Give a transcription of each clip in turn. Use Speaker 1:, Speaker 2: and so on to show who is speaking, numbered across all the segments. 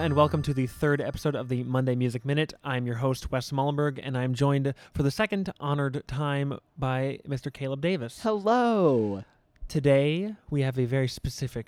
Speaker 1: and welcome to the third episode of the Monday Music Minute. I'm your host, Wes Mullenberg, and I'm joined for the second honored time by Mr. Caleb Davis.
Speaker 2: Hello.
Speaker 1: Today, we have a very specific,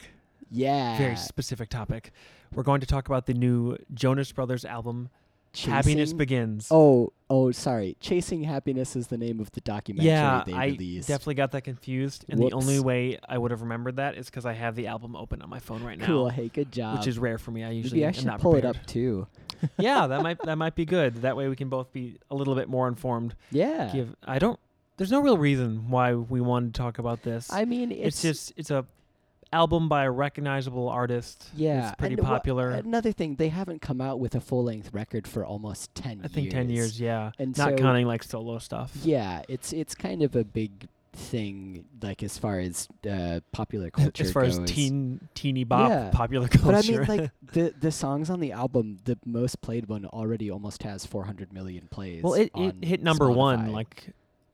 Speaker 2: Yeah.
Speaker 1: very specific topic. We're going to talk about the new Jonas Brothers album, Happiness
Speaker 2: Chasing-
Speaker 1: Begins.
Speaker 2: Oh, oh, sorry. Chasing Happiness is the name of the documentary
Speaker 1: yeah,
Speaker 2: they
Speaker 1: I
Speaker 2: released.
Speaker 1: definitely got that confused, and the
Speaker 2: Whoops.
Speaker 1: only way I would have remembered that is because I have the album open on my phone right now,
Speaker 2: cool. Hey, good job.
Speaker 1: which is rare for me. I usually
Speaker 2: Maybe I
Speaker 1: am
Speaker 2: should
Speaker 1: not
Speaker 2: pull
Speaker 1: prepared.
Speaker 2: it up too.
Speaker 1: yeah, that might that might be good. That way we can both be a little bit more informed.
Speaker 2: Yeah.
Speaker 1: Give I don't there's no real reason why we wanted to talk about this.
Speaker 2: I mean, it's,
Speaker 1: it's, just it's a album by a recognizable artist.
Speaker 2: yeah,
Speaker 1: It's pretty
Speaker 2: and wha-
Speaker 1: popular.
Speaker 2: another thing, they haven't come out with a full length record for almost ten.
Speaker 1: I think ten years, yeah.
Speaker 2: And
Speaker 1: Not
Speaker 2: so,
Speaker 1: counting like solo stuff.
Speaker 2: Yeah, it's it's kind of a big thing, like as far as uh, popular culture
Speaker 1: as far as
Speaker 2: goes.
Speaker 1: teen teeny bop
Speaker 2: Yeah.
Speaker 1: popular culture.
Speaker 2: But I mean, like the the songs on the album, the most played one already almost has 400 million plays.
Speaker 1: well it, it
Speaker 2: on
Speaker 1: hit number one
Speaker 2: Spotify.
Speaker 1: like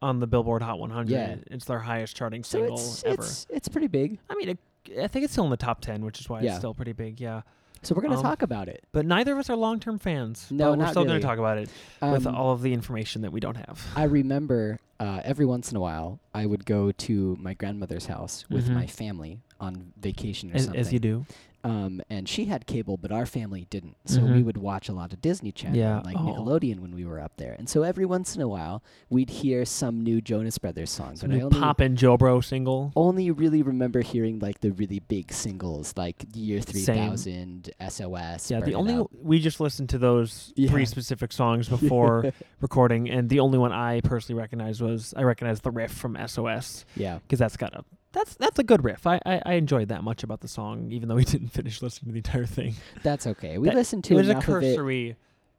Speaker 1: on the Billboard Hot 100.
Speaker 2: Yeah.
Speaker 1: It's their highest charting
Speaker 2: so
Speaker 1: single
Speaker 2: it's,
Speaker 1: ever.
Speaker 2: It's, it's pretty big.
Speaker 1: I mean, it, I think it's still in the top 10, which is why it's
Speaker 2: Yeah.
Speaker 1: still pretty big. Yeah.
Speaker 2: So we're gonna
Speaker 1: Um,
Speaker 2: talk about it.
Speaker 1: But neither of us are long term fans.
Speaker 2: No,
Speaker 1: but we're
Speaker 2: not
Speaker 1: still going
Speaker 2: really.
Speaker 1: to talk about it with
Speaker 2: Um,
Speaker 1: all of the information that we don't have.
Speaker 2: I remember uh, every once in a while I would go to my grandmother's house with
Speaker 1: Mhm.
Speaker 2: my family on vacation or
Speaker 1: As,
Speaker 2: something.
Speaker 1: as you do.
Speaker 2: Um, and she had cable, but our family didn't. So we
Speaker 1: Mhm.
Speaker 2: would watch a lot of Disney Channel,
Speaker 1: Yeah,
Speaker 2: and like
Speaker 1: oh.
Speaker 2: Nickelodeon, when we were up there. And so every once in a while we'd hear some new Jonas Brothers song,
Speaker 1: Some
Speaker 2: but I
Speaker 1: new
Speaker 2: only
Speaker 1: Pop and Joe Bro single.
Speaker 2: only really remember hearing like the really big singles like Year
Speaker 1: Same.
Speaker 2: 3000, SOS.
Speaker 1: yeah,
Speaker 2: Burn
Speaker 1: the
Speaker 2: It
Speaker 1: only
Speaker 2: Up.
Speaker 1: we just listened to those three
Speaker 2: Yeah.
Speaker 1: specific songs before recording, and the only one I personally recognized was I recognized the riff from SOS
Speaker 2: yeah.
Speaker 1: because that's got a that's that's a good riff. I, I I enjoyed that much about the song, even though we didn't finish listening to the entire thing.
Speaker 2: That's okay. We
Speaker 1: That-
Speaker 2: listened
Speaker 1: it
Speaker 2: to
Speaker 1: was a
Speaker 2: enough of it.
Speaker 1: cursory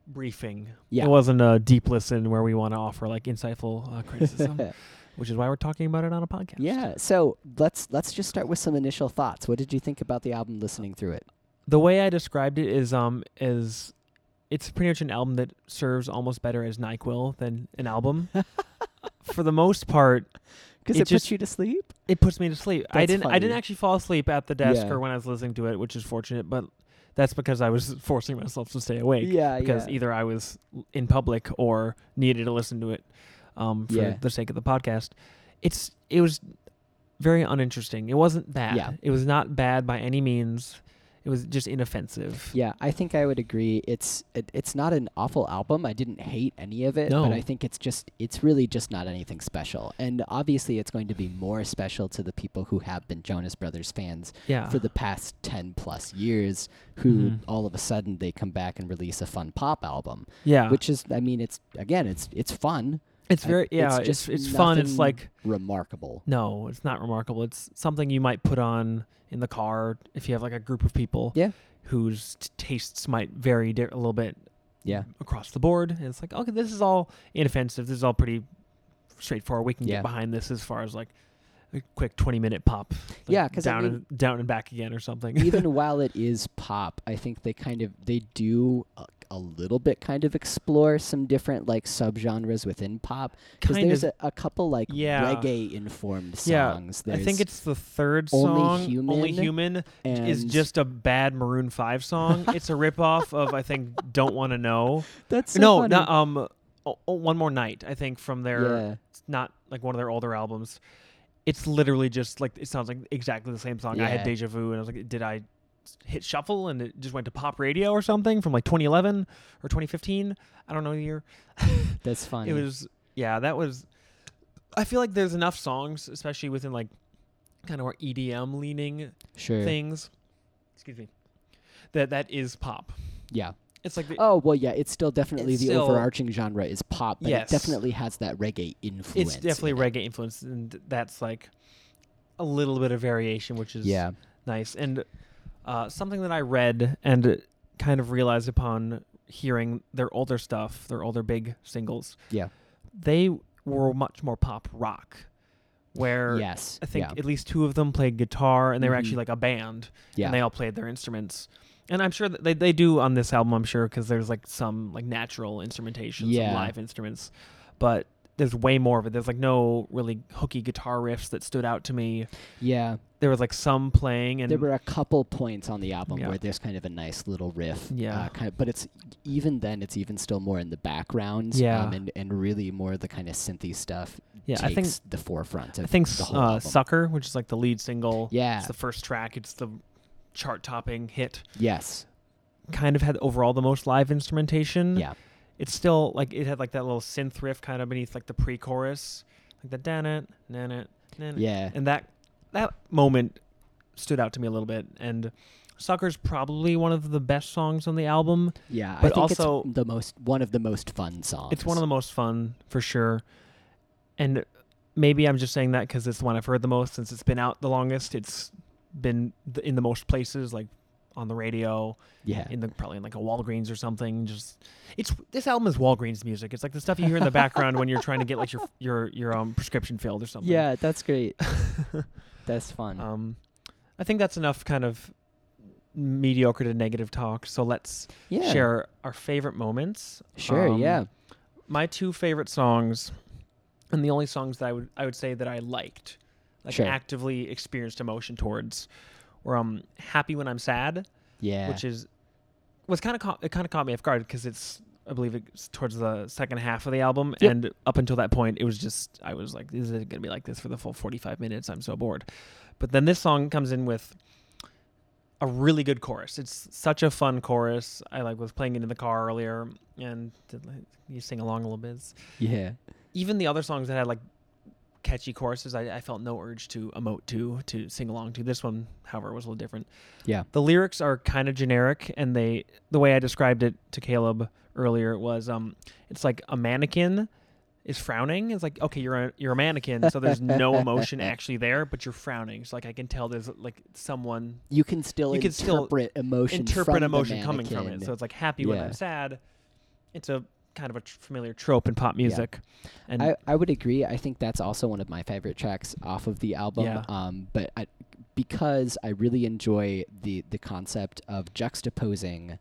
Speaker 1: briefing.
Speaker 2: Yeah.
Speaker 1: It wasn't a deep listen where we want to offer like insightful uh, criticism. which is why we're talking about it on a podcast.
Speaker 2: yeah. So let's let's just start with some initial thoughts. What did you think about the album listening through it?
Speaker 1: The way I described it is um is it's pretty much an album that serves almost better as NyQuil than an album. For the most part,
Speaker 2: Because
Speaker 1: It
Speaker 2: it,
Speaker 1: just-
Speaker 2: puts you to sleep.
Speaker 1: it puts me to sleep. I
Speaker 2: That's
Speaker 1: didn't I didn't
Speaker 2: funny.
Speaker 1: actually fall asleep at the desk
Speaker 2: Yeah.
Speaker 1: or when I was listening to it, which is fortunate, but that's because I was forcing myself to stay awake.
Speaker 2: yeah.
Speaker 1: Because
Speaker 2: yeah.
Speaker 1: either I was l- in public or needed to listen to it um for
Speaker 2: Yeah.
Speaker 1: the sake of the podcast. It's it was very uninteresting. It wasn't bad.
Speaker 2: Yeah.
Speaker 1: It was not bad by any means. It was just inoffensive.
Speaker 2: Yeah, I think I would agree. It's it, it's not an awful album. I didn't hate any of it,
Speaker 1: No.
Speaker 2: but I think it's just it's really just not anything special. And obviously, it's going to be more special to the people who have been Jonas Brothers fans
Speaker 1: Yeah.
Speaker 2: for the past ten plus years, who
Speaker 1: Mhm.
Speaker 2: all of a sudden they come back and release a fun pop album,
Speaker 1: yeah.
Speaker 2: which is I mean, it's again, it's it's fun,
Speaker 1: it's
Speaker 2: I-
Speaker 1: very
Speaker 2: it's
Speaker 1: yeah, it's
Speaker 2: just
Speaker 1: it's, fun. It's
Speaker 2: nothing-
Speaker 1: like
Speaker 2: remarkable.
Speaker 1: no, it's not remarkable. It's something you might put on in the car if you have like a group of people
Speaker 2: Yeah.
Speaker 1: whose t- tastes might vary di- a little bit
Speaker 2: Yeah.
Speaker 1: across the board. And it's like, okay, this is all inoffensive. This is all pretty straightforward. We can
Speaker 2: Yeah.
Speaker 1: get behind this as far as like a quick 20 minute pop. like,
Speaker 2: Yeah, 'cause I
Speaker 1: down
Speaker 2: mean-
Speaker 1: and down and back again or something.
Speaker 2: even while it is pop, I think they kind of they do a, a little bit kind of explore some different like subgenres within pop because
Speaker 1: Kind
Speaker 2: there's
Speaker 1: of.
Speaker 2: a, a couple like
Speaker 1: Yeah.
Speaker 2: reggae informed
Speaker 1: Yeah,
Speaker 2: songs.
Speaker 1: I think
Speaker 2: There's-
Speaker 1: it's the third
Speaker 2: Only
Speaker 1: song, Only
Speaker 2: Human
Speaker 1: Human,
Speaker 2: and
Speaker 1: is just a bad Maroon Five song. it's a ripoff of I think Don't Want to Know.
Speaker 2: that's so
Speaker 1: no,
Speaker 2: funny.
Speaker 1: not, um, oh, oh, one more night. I think from their
Speaker 2: yeah
Speaker 1: it's not like one of their older albums. It's literally just like it sounds like exactly the same song. I had
Speaker 2: Yeah.
Speaker 1: deja vu, and I was like, did I s- hit shuffle and it just went to pop radio or something from like 2011 or 2015? I don't know the year.
Speaker 2: that's funny.
Speaker 1: It was yeah, that was. I feel like there's enough songs, especially within like kind of more EDM leaning
Speaker 2: sure
Speaker 1: things. Excuse me. That that is pop.
Speaker 2: yeah
Speaker 1: It's like the,
Speaker 2: oh well yeah it's still definitely
Speaker 1: It's
Speaker 2: the
Speaker 1: still-
Speaker 2: overarching genre is pop but
Speaker 1: Yes.
Speaker 2: it definitely has that reggae influence.
Speaker 1: it's definitely
Speaker 2: in it.
Speaker 1: reggae influence, and that's like a little bit of variation, which is
Speaker 2: yeah
Speaker 1: nice. And uh, something that I read and kind of realized upon hearing their older stuff, their older big singles,
Speaker 2: yeah
Speaker 1: they were much more pop rock, where
Speaker 2: yes
Speaker 1: I think
Speaker 2: yeah
Speaker 1: at least two of them played guitar, and they were
Speaker 2: Mhm.
Speaker 1: actually like a band.
Speaker 2: yeah
Speaker 1: and they all played their instruments. And I'm sure that they, they do on this album, I'm sure, because there's like some like natural instrumentation, some
Speaker 2: Yeah.
Speaker 1: live instruments. But there's way more of it. There's like no really hooky guitar riffs that stood out to me.
Speaker 2: Yeah,
Speaker 1: There was like some playing and
Speaker 2: there were a couple points on the album
Speaker 1: Yeah.
Speaker 2: where there's kind of a nice little riff.
Speaker 1: Yeah.
Speaker 2: uh, kind of, but it's even then it's even still more in the background.
Speaker 1: Yeah.
Speaker 2: um, and and really more the kind of synthy stuff
Speaker 1: yeah,
Speaker 2: takes
Speaker 1: I think
Speaker 2: the forefront. Of
Speaker 1: I think
Speaker 2: the whole
Speaker 1: uh,
Speaker 2: album.
Speaker 1: Sucker, which is like the lead single,
Speaker 2: Yeah.
Speaker 1: it's the first track, it's the chart topping hit.
Speaker 2: Yes.
Speaker 1: Kind of had overall the most live instrumentation.
Speaker 2: Yeah.
Speaker 1: It's still like it had like that little synth riff kind of beneath like the pre chorus. Like the dan it, nan it, nan it.
Speaker 2: Yeah.
Speaker 1: And that that moment stood out to me a little bit and Sucker's probably one of the best songs on the album.
Speaker 2: Yeah. I
Speaker 1: But
Speaker 2: think
Speaker 1: also-
Speaker 2: it's the most one of the most fun songs.
Speaker 1: It's one of the most fun for sure. And maybe I'm just saying that because it's the one I've heard the most since it's been out the longest. It's been th- in the most places, like on the radio,
Speaker 2: yeah.
Speaker 1: in the probably in like a Walgreens or something. Just it's this album is Walgreens music. It's like the stuff you hear in the background when you're trying to get like your your your um prescription filled or something.
Speaker 2: Yeah, that's great. that's fun.
Speaker 1: Um, I think that's enough kind of mediocre to negative talk. So let's
Speaker 2: yeah.
Speaker 1: share our favorite moments.
Speaker 2: Sure.
Speaker 1: Um,
Speaker 2: yeah.
Speaker 1: my two favorite songs and the only songs that I would I would say that I liked like
Speaker 2: Sure.
Speaker 1: actively experienced emotion towards were um happy when I'm sad
Speaker 2: Yeah.
Speaker 1: which is was kind of caught it kind of caught me off guard because it's I believe it's towards the second half of the album
Speaker 2: Yep.
Speaker 1: and up until that point it was just I was like is it gonna be like this for the full 45 minutes I'm so bored but then this song comes in with a really good chorus. It's such a fun chorus. I like was playing it in the car earlier, and did, like, you sing along a little bit. It's-
Speaker 2: yeah.
Speaker 1: Even the other songs that had like catchy choruses, I, I felt no urge to emote to to sing along to. This one, however, was a little different.
Speaker 2: Yeah.
Speaker 1: The lyrics are kind of generic, and they the way I described it to Caleb earlier was um, it's like a mannequin is frowning. It's like okay, you're a you're a mannequin, so there's no emotion actually there, but you're frowning. So like I can tell there's like someone
Speaker 2: You can still
Speaker 1: You can still
Speaker 2: interpret emotion.
Speaker 1: interpret
Speaker 2: from
Speaker 1: emotion
Speaker 2: the
Speaker 1: coming from it.
Speaker 2: mannequin.
Speaker 1: So it's like happy when
Speaker 2: Yeah.
Speaker 1: I'm sad. It's a kind of a tr- familiar trope in pop music, and
Speaker 2: I, I would agree. I think that's also one of my favorite tracks off of the album.
Speaker 1: Yeah.
Speaker 2: Um, but I, because I really enjoy the the concept of juxtaposing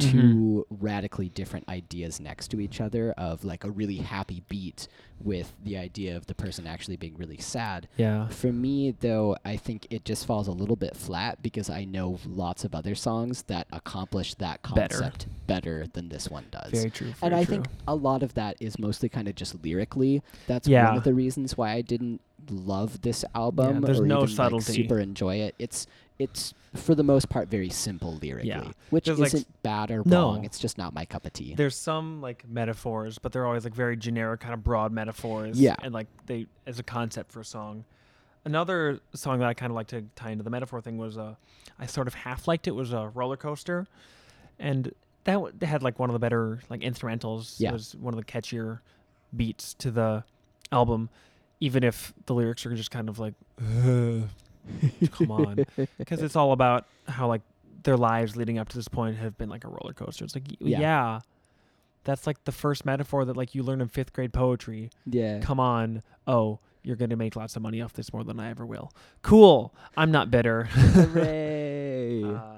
Speaker 1: Mm-hmm.
Speaker 2: 2 radically different ideas next to each other of like a really happy beat with the idea of the person actually being really sad.
Speaker 1: yeah,
Speaker 2: For me, though, I think it just falls a little bit flat because I know lots of other songs that accomplish that
Speaker 1: Better.
Speaker 2: concept better, than this one does
Speaker 1: very true. Very
Speaker 2: and I
Speaker 1: true.
Speaker 2: think a lot of that is mostly kind of just lyrically. That's one
Speaker 1: Yeah.
Speaker 2: of the reasons why I didn't love this album.
Speaker 1: there's
Speaker 2: or
Speaker 1: no
Speaker 2: even, like,
Speaker 1: subtlety.
Speaker 2: super enjoy it. It's it's for the most part very simple lyrically, which
Speaker 1: There's, like,
Speaker 2: isn't bad or
Speaker 1: no.
Speaker 2: wrong. It's just not my cup of tea.
Speaker 1: there's some like metaphors, but they're always like very generic, kind of broad metaphors.
Speaker 2: Yeah.
Speaker 1: and like they as a concept for a song. Another song that I kind of like to tie into the metaphor thing was uh, I sort of half liked it was a roller coaster, and that w- they had like one of the better like instrumentals.
Speaker 2: Yeah.
Speaker 1: It was one of the catchier beats to the album, even if the lyrics are just kind of like, "Ugh, come on, because it's all about how like their lives leading up to this point have been like a roller coaster. It's like, y-
Speaker 2: Yeah.
Speaker 1: yeah that's like the first metaphor that like you learn in fifth grade poetry.
Speaker 2: yeah.
Speaker 1: Come on, oh, you're gonna make lots of money off this more than I ever will. Cool. I'm not bitter.
Speaker 2: Hooray.
Speaker 1: Uh,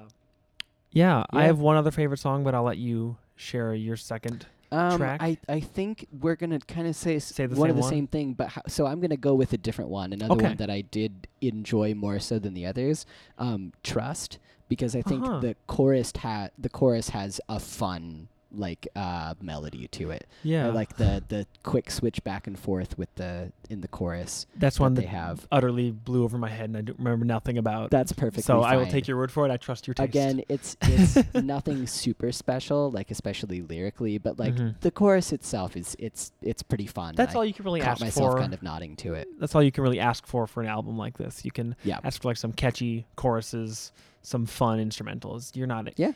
Speaker 1: yeah, I
Speaker 2: Yeah.
Speaker 1: have one other favorite song, but I'll let you share your second.
Speaker 2: Um,
Speaker 1: track?
Speaker 2: I, I think we're gonna kind of say, s-
Speaker 1: Say the
Speaker 2: one of
Speaker 1: same
Speaker 2: the
Speaker 1: one?
Speaker 2: same thing, but ho- so I'm gonna go with a different one, another
Speaker 1: Okay.
Speaker 2: one that I did enjoy more so than the others. Um, trust, because I think
Speaker 1: Uh-huh.
Speaker 2: the chorus ha- the chorus has a fun like uh, melody to it.
Speaker 1: Yeah,
Speaker 2: I like the the quick switch back and forth with the in the chorus.
Speaker 1: that's one
Speaker 2: that
Speaker 1: that
Speaker 2: they have.
Speaker 1: utterly blew over my head, and I don't remember nothing about.
Speaker 2: That's perfectly.
Speaker 1: Uh, so I will
Speaker 2: fine.
Speaker 1: take your word for it. I trust your taste.
Speaker 2: Again, it's it's nothing super special, like especially lyrically, but like
Speaker 1: Mhm.
Speaker 2: the chorus itself is it's it's pretty fun.
Speaker 1: that's
Speaker 2: I
Speaker 1: all you can really
Speaker 2: caught
Speaker 1: ask
Speaker 2: myself
Speaker 1: for.
Speaker 2: kind of nodding to it.
Speaker 1: That's all you can really ask for for an album like this. You can
Speaker 2: Yeah.
Speaker 1: ask for like some catchy choruses, some fun instrumentals. You're not.
Speaker 2: Yeah.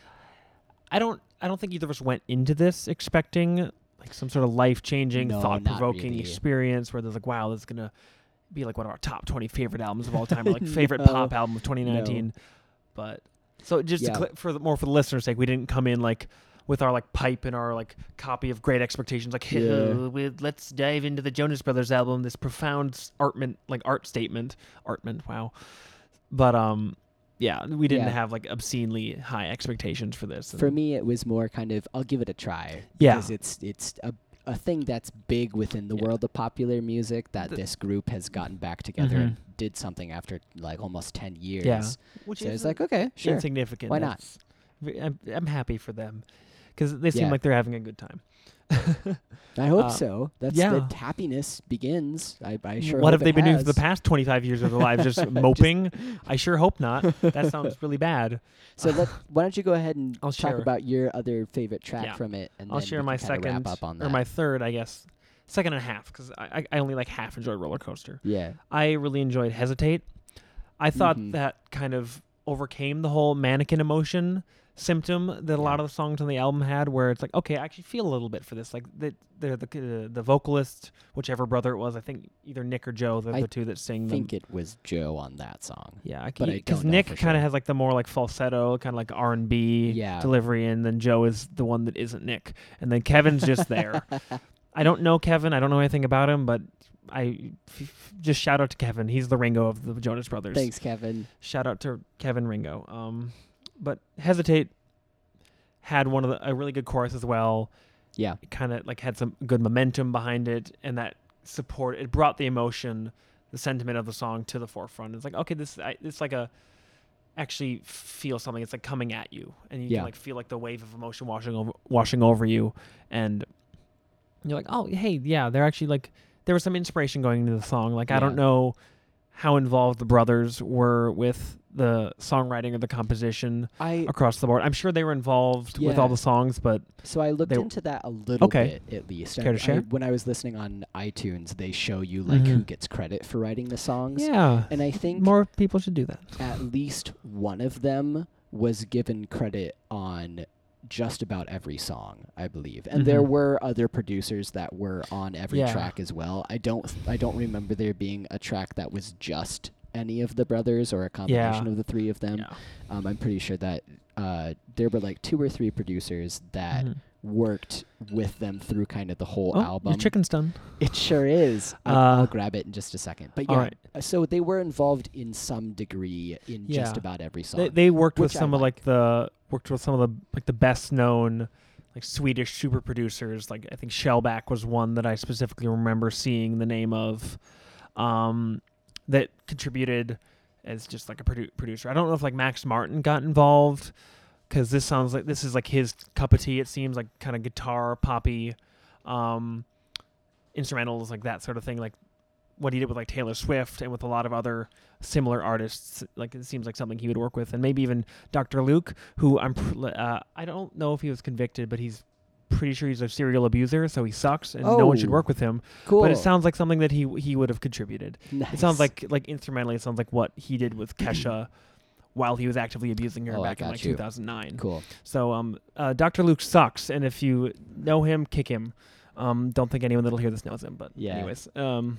Speaker 1: I don't. I don't think either of us went into this expecting like some sort of life changing,
Speaker 2: No, not
Speaker 1: thought provoking
Speaker 2: really.
Speaker 1: experience where there's like, wow, this is gonna be like one of our top 20 favorite albums of all time, or like favorite
Speaker 2: No.
Speaker 1: pop album of 2019. But so just
Speaker 2: Yeah.
Speaker 1: to cl- for the, more for the listener's sake, we didn't come in like. With our like pipe and our like copy of Great Expectations, like
Speaker 2: Yeah.
Speaker 1: "Oh, we- let's dive into the Jonas Brothers album, this profound s- artment like art statement, artment. Wow, but um yeah we didn't
Speaker 2: Yeah.
Speaker 1: have like obscenely high expectations for this
Speaker 2: For
Speaker 1: and-
Speaker 2: me, it was more kind of I'll give it a try
Speaker 1: Yeah.
Speaker 2: because it's it's a a thing that's big within the
Speaker 1: Yeah.
Speaker 2: world of popular music that
Speaker 1: The-
Speaker 2: this group has gotten back together
Speaker 1: Mhm.
Speaker 2: and did something after like almost 10 years.
Speaker 1: Which
Speaker 2: So it's like, okay, sure.
Speaker 1: insignificant.
Speaker 2: Why not?
Speaker 1: That's v- I'm, I'm happy for them because they seem
Speaker 2: Yeah.
Speaker 1: like they're having a good time.
Speaker 2: I hope
Speaker 1: uh,
Speaker 2: so. That's
Speaker 1: yeah.
Speaker 2: the happiness begins. I, I sure
Speaker 1: what have
Speaker 2: hope
Speaker 1: they
Speaker 2: it
Speaker 1: been doing for the
Speaker 2: has.
Speaker 1: past 25 years of their lives? Just moping? I sure hope not. That sounds really bad.
Speaker 2: So let, why don't you go ahead and
Speaker 1: I'll
Speaker 2: talk
Speaker 1: share-
Speaker 2: about your other favorite track
Speaker 1: Yeah.
Speaker 2: from it, and
Speaker 1: I'll
Speaker 2: then
Speaker 1: share
Speaker 2: we
Speaker 1: my
Speaker 2: can kinda
Speaker 1: second
Speaker 2: wrap up on that.
Speaker 1: or my third, I guess, second and a half because I, I- I only like half enjoyed Roller Coaster.
Speaker 2: yeah.
Speaker 1: I really enjoyed Hesitate. I thought
Speaker 2: Mhm.
Speaker 1: that kind of overcame the whole mannequin emotion symptom that a lot
Speaker 2: Yeah.
Speaker 1: of the songs on the album had, where it's like, okay, I actually feel a little bit for this. Like the the uh, the, the vocalist, whichever brother it was, I think either Nick or Joe, they're
Speaker 2: I
Speaker 1: the two that sing them.
Speaker 2: think it was Joe on that song.
Speaker 1: Yeah,
Speaker 2: but I
Speaker 1: because
Speaker 2: don't know
Speaker 1: Nick
Speaker 2: for
Speaker 1: kind of
Speaker 2: sure.
Speaker 1: has like the more like falsetto, kind of like R and B
Speaker 2: Yeah.
Speaker 1: delivery, and then Joe is the one that isn't Nick, and then Kevin's just there. I don't know Kevin. I don't know anything about him, but I f- f- just shout out to Kevin. He's the Ringo of the Jonas Brothers.
Speaker 2: Thanks, Kevin.
Speaker 1: Shout out to Kevin Ringo. Um, but hesitate had one of the, a really good chorus as well.
Speaker 2: Yeah.
Speaker 1: It kind of like had some good momentum behind it, and that support it brought the emotion, the sentiment of the song to the forefront. It's like okay, this I, it's like a actually feel something. It's like coming at you, and you
Speaker 2: Yeah.
Speaker 1: can like feel like the wave of emotion washing over washing over you, and you're like, oh hey, yeah, they're actually like there was some inspiration going into the song. Like I don't
Speaker 2: Yeah.
Speaker 1: know how involved the brothers were with the songwriting or the composition
Speaker 2: I
Speaker 1: across the board. I'm sure they were involved with all
Speaker 2: Yeah.
Speaker 1: the songs, but
Speaker 2: so I looked
Speaker 1: They-
Speaker 2: into that a little
Speaker 1: Okay.
Speaker 2: bit at least.
Speaker 1: Care
Speaker 2: I,
Speaker 1: to share?
Speaker 2: I- when I was listening on iTunes, they show you like who
Speaker 1: Mhm.
Speaker 2: gets credit for writing the songs.
Speaker 1: yeah,
Speaker 2: And I think
Speaker 1: more people should do that.
Speaker 2: at least one of them was given credit on just about every song, I believe. And there
Speaker 1: Mhm.
Speaker 2: were other producers that were on every
Speaker 1: Yeah.
Speaker 2: track as well. I don't I don't remember there being a track that was just any of the brothers or a combination of the three of them.
Speaker 1: Yeah.
Speaker 2: Um, I'm pretty sure that uh, there were like two or three producers that
Speaker 1: Mhm.
Speaker 2: worked with them through kind of the whole
Speaker 1: Oh,
Speaker 2: album.
Speaker 1: Your chicken's done.
Speaker 2: It sure is. I-
Speaker 1: Uh,
Speaker 2: I'll grab it in just a second. But yeah,
Speaker 1: all right.
Speaker 2: uh, so they were involved in some degree in just
Speaker 1: Yeah.
Speaker 2: about every song.
Speaker 1: They, they worked with
Speaker 2: Which I
Speaker 1: some of
Speaker 2: like.
Speaker 1: like the worked with some of the like the best known like Swedish super producers. Like I think Shellback was one that I specifically remember seeing the name of um, that contributed as just like a produ- producer. I don't know if like Max Martin got involved because this sounds like this is like his cup of tea. It seems like kind of guitar poppy, um, instrumentals like that sort of thing. Like what he did with like Taylor Swift and with a lot of other similar artists. Like it seems like something he would work with, and maybe even Dr. Luke, who I'm pr- uh, I don't know if he was convicted, but he's pretty sure he's a serial abuser, so he sucks, and no one should
Speaker 2: Oh.
Speaker 1: work with him.
Speaker 2: cool.
Speaker 1: But it sounds like something that he he would have contributed.
Speaker 2: nice.
Speaker 1: It sounds like like instrumentally, it sounds like what he did with Kesha while he was actively abusing her
Speaker 2: Oh, I
Speaker 1: back in
Speaker 2: got
Speaker 1: like
Speaker 2: you.
Speaker 1: 2009.
Speaker 2: cool.
Speaker 1: So um, uh, Dr. Luke sucks, and if you know him, kick him. Um, don't think anyone that'll hear this knows him, but
Speaker 2: Yeah.
Speaker 1: anyways, um,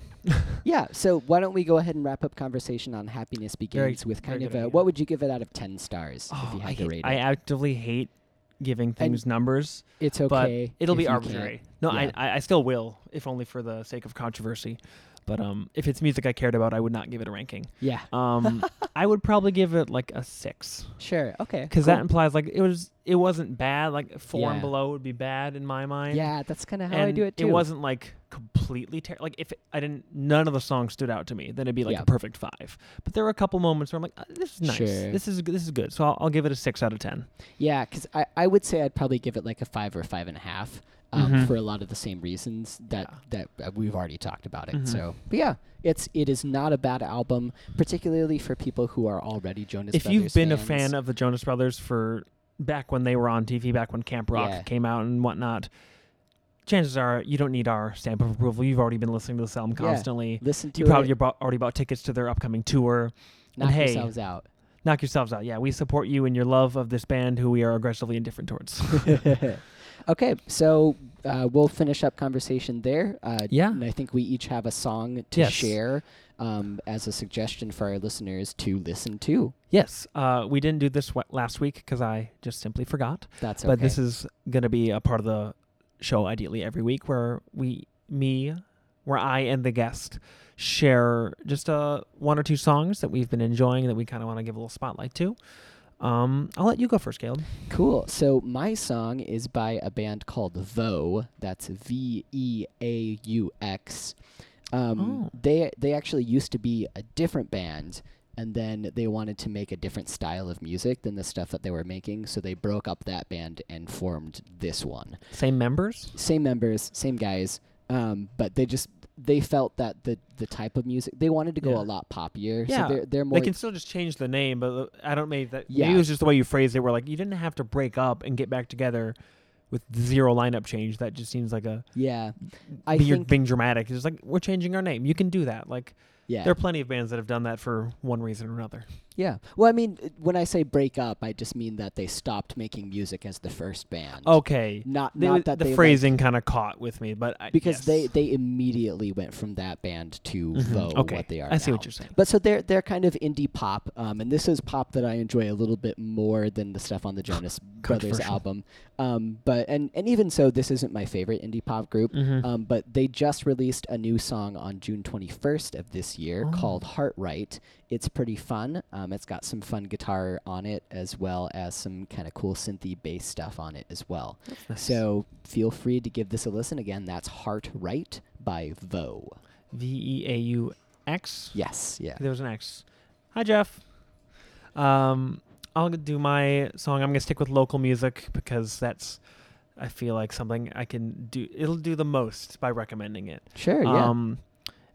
Speaker 2: Yeah. So why don't we go ahead and wrap up conversation on happiness begins with
Speaker 1: very
Speaker 2: kind of
Speaker 1: good
Speaker 2: a,
Speaker 1: idea. Oh,
Speaker 2: what would you give it out of ten stars if you
Speaker 1: I,
Speaker 2: had to
Speaker 1: hate-
Speaker 2: rate it?
Speaker 1: I actively hate giving things numbers,
Speaker 2: it's
Speaker 1: but
Speaker 2: okay.
Speaker 1: it'll
Speaker 2: if
Speaker 1: be
Speaker 2: you can't.
Speaker 1: arbitrary. No,
Speaker 2: Yeah.
Speaker 1: I I I still will, if only for the sake of controversy. But um, if it's music I cared about, I would not give it a ranking.
Speaker 2: Yeah.
Speaker 1: Um, I would probably give it like a six.
Speaker 2: Sure. Okay.
Speaker 1: because
Speaker 2: cool.
Speaker 1: that implies like it was it wasn't bad like four
Speaker 2: Yeah.
Speaker 1: and below would be bad in my mind
Speaker 2: yeah, that's kind of how
Speaker 1: and
Speaker 2: I do it too.
Speaker 1: it wasn't like completely ter- like if it, i didn't none of the songs stood out to me then it'd be like
Speaker 2: Yeah.
Speaker 1: a perfect five but there were a couple moments where i'm like uh, this is nice
Speaker 2: Sure.
Speaker 1: this is this is good so I'll, I'll give it a six out of ten
Speaker 2: Yeah, because I, I would say I'd probably give it like a five or five and a half um,
Speaker 1: Mhm.
Speaker 2: for a lot of the same reasons that that uh, we've already talked about it.
Speaker 1: Mhm.
Speaker 2: So, but yeah, it's it is not a bad album, particularly for people who are already Jonas.
Speaker 1: if you've
Speaker 2: Brothers
Speaker 1: been a
Speaker 2: fans.
Speaker 1: fan of the jonas brothers for back when they were on tv back when camp rock
Speaker 2: Yeah.
Speaker 1: came out and whatnot chances are you don't need our stamp of approval you've already been listening to this album
Speaker 2: Yeah.
Speaker 1: constantly
Speaker 2: listen to
Speaker 1: you probably
Speaker 2: it,
Speaker 1: bought, already bought tickets to their upcoming tour
Speaker 2: knock
Speaker 1: hey,
Speaker 2: yourselves out.
Speaker 1: knock yourselves out. Yeah, we support you in your love of this band who we are aggressively indifferent towards.
Speaker 2: okay, so uh, we'll finish up conversation there. Uh,
Speaker 1: Yeah.
Speaker 2: and I think we each have a song to
Speaker 1: Yes.
Speaker 2: share um, as a suggestion for our listeners to listen to.
Speaker 1: yes, uh, we didn't do this wa- last week because I just simply forgot.
Speaker 2: That's okay.
Speaker 1: But this is going to be a part of the show, ideally every week, where we, me, where I and the guest share just uh, one or two songs that we've been enjoying that we kind of want to give a little spotlight to. Um, I'll let you go first, Caleb.
Speaker 2: Cool. So my song is by a band called Vo. That's V E A U X. Um,
Speaker 1: Oh.
Speaker 2: They they actually used to be a different band, and then they wanted to make a different style of music than the stuff that they were making. So they broke up that band and formed this one.
Speaker 1: Same members.
Speaker 2: Same members, same guys, um, but they just they felt that the the type of music they wanted to go
Speaker 1: Yeah.
Speaker 2: a lot poppier.
Speaker 1: Yeah.
Speaker 2: So they're they're more
Speaker 1: they can still just change the name, but uh, I don't make that.
Speaker 2: Yeah.
Speaker 1: Maybe it was just the way you phrased it. Where like you didn't have to break up and get back together with zero lineup change. That just seems like a
Speaker 2: yeah. I
Speaker 1: being,
Speaker 2: think
Speaker 1: being dramatic. It's like we're changing our name. You can do that. Like
Speaker 2: yeah.
Speaker 1: there are plenty of bands that have done that for one reason or another.
Speaker 2: Yeah. Well, I mean, uh, when I say break up, I just mean that they stopped making music as the first band.
Speaker 1: Okay.
Speaker 2: not
Speaker 1: Oh, They-
Speaker 2: not that
Speaker 1: the
Speaker 2: they, like-
Speaker 1: phrasing kind of caught with me, but I,
Speaker 2: because
Speaker 1: yes.
Speaker 2: they they immediately went from that band to
Speaker 1: Mhm.
Speaker 2: Vo,
Speaker 1: okay.
Speaker 2: what they are.
Speaker 1: I see
Speaker 2: now.
Speaker 1: what you're saying.
Speaker 2: But so they're they're kind of indie pop, um, and this is pop that I enjoy a little bit more than the stuff on the Jonas Brothers
Speaker 1: Controversial.
Speaker 2: album. Um, but and and even so, this isn't my favorite indie pop group.
Speaker 1: Mhm.
Speaker 2: Um, but they just released a new song on June 21st of this year
Speaker 1: Oh.
Speaker 2: called Heart Right. It's pretty fun. Um, it's got some fun guitar on it as well as some kind of cool synthy bass stuff on it as well.
Speaker 1: Nice.
Speaker 2: So feel free to give this a listen. Again, that's Heart Right by Vo.
Speaker 1: V E A U X.
Speaker 2: Yes, yeah.
Speaker 1: There was an X. Hi, Jeff. Um, I'll do my song. I'm gonna stick with local music because that's I feel like something I can do. It'll do the most by recommending it.
Speaker 2: Sure, yeah.
Speaker 1: Um,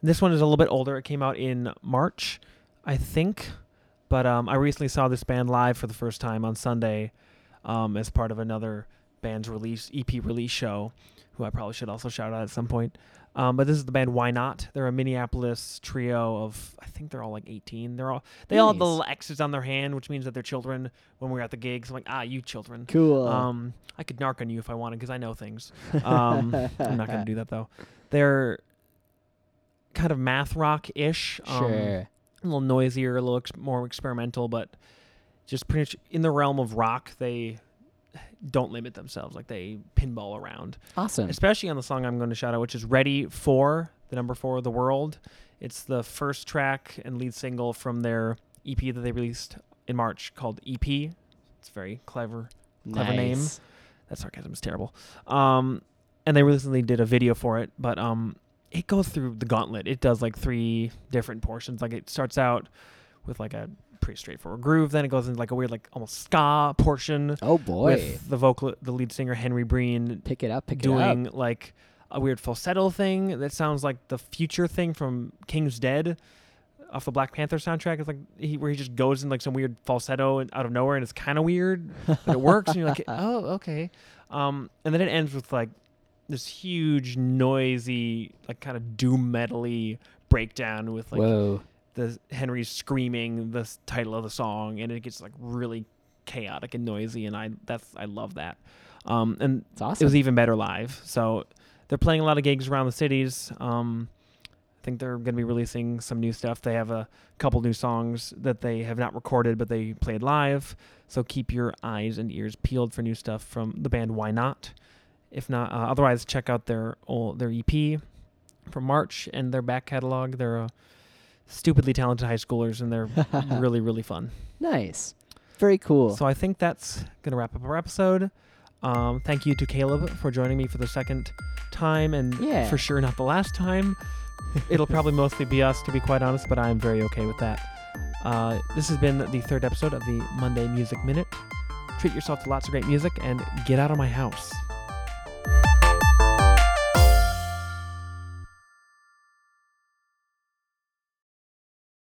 Speaker 1: this one is a little bit older. It came out in March, I think. But um, I recently saw this band live for the first time on Sunday, um, as part of another band's release EP release show, who I probably should also shout out at some point. Um, but this is the band Why Not. They're a Minneapolis trio of I think they're all like 18. They're all they all have the
Speaker 2: Nice.
Speaker 1: little X's on their hand, which means that they're children. When we were at the gigs, I'm like, ah, you children.
Speaker 2: cool.
Speaker 1: Um, I could narc on you if I wanted because I know things. Um, I'm not going to do that though. They're kind of math rock ish. Um,
Speaker 2: sure.
Speaker 1: A little noisier, a little ex- more experimental, but just pretty much in the realm of rock, they don't limit themselves. Like they pinball around,
Speaker 2: awesome.
Speaker 1: especially on the song I'm going to shout out, which is Ready for the number four of the world. It's the first track and lead single from their EP that they released in March called EP. It's very clever clever name.
Speaker 2: Nice.
Speaker 1: that sarcasm is terrible. Um, and they recently did a video for it, but um, it goes through the gauntlet. It does like three different portions. Like it starts out with like a pretty straightforward groove, then it goes into like a weird like almost ska portion
Speaker 2: Oh boy.
Speaker 1: with the vocal, the lead singer Henry Breen
Speaker 2: pick it up, pick it up.
Speaker 1: doing like a weird falsetto thing that sounds like the future thing from King's Dead off the Black Panther soundtrack. It's like he, where he just goes in like some weird falsetto and out of nowhere, and it's kind of weird, but it works. and you're like, oh, okay. Um, and then it ends with like this huge, noisy, like kind of doom metally breakdown with like
Speaker 2: Whoa.
Speaker 1: the Henry's screaming the s- title of the song, and it gets like really chaotic and noisy. And I that's I love that. Um, and
Speaker 2: It's awesome.
Speaker 1: it was even better live. So they're playing a lot of gigs around the cities. Um, I think they're going to be releasing some new stuff. They have a couple new songs that they have not recorded, but they played live. So keep your eyes and ears peeled for new stuff from the band Why Not. If not, uh, otherwise check out their old, their EP from March and their back catalog. They're uh, stupidly talented high schoolers, and they're really really fun.
Speaker 2: nice. Very cool.
Speaker 1: So I think that's going to wrap up our episode. Um, thank you to Caleb for joining me for the second time and
Speaker 2: Yeah.
Speaker 1: for sure not the last time. It'll probably mostly be us, to be quite honest, but I'm very okay with that. Uh, this has been the third episode of the Monday Music Minute. Treat yourself to lots of great music and get out of my house.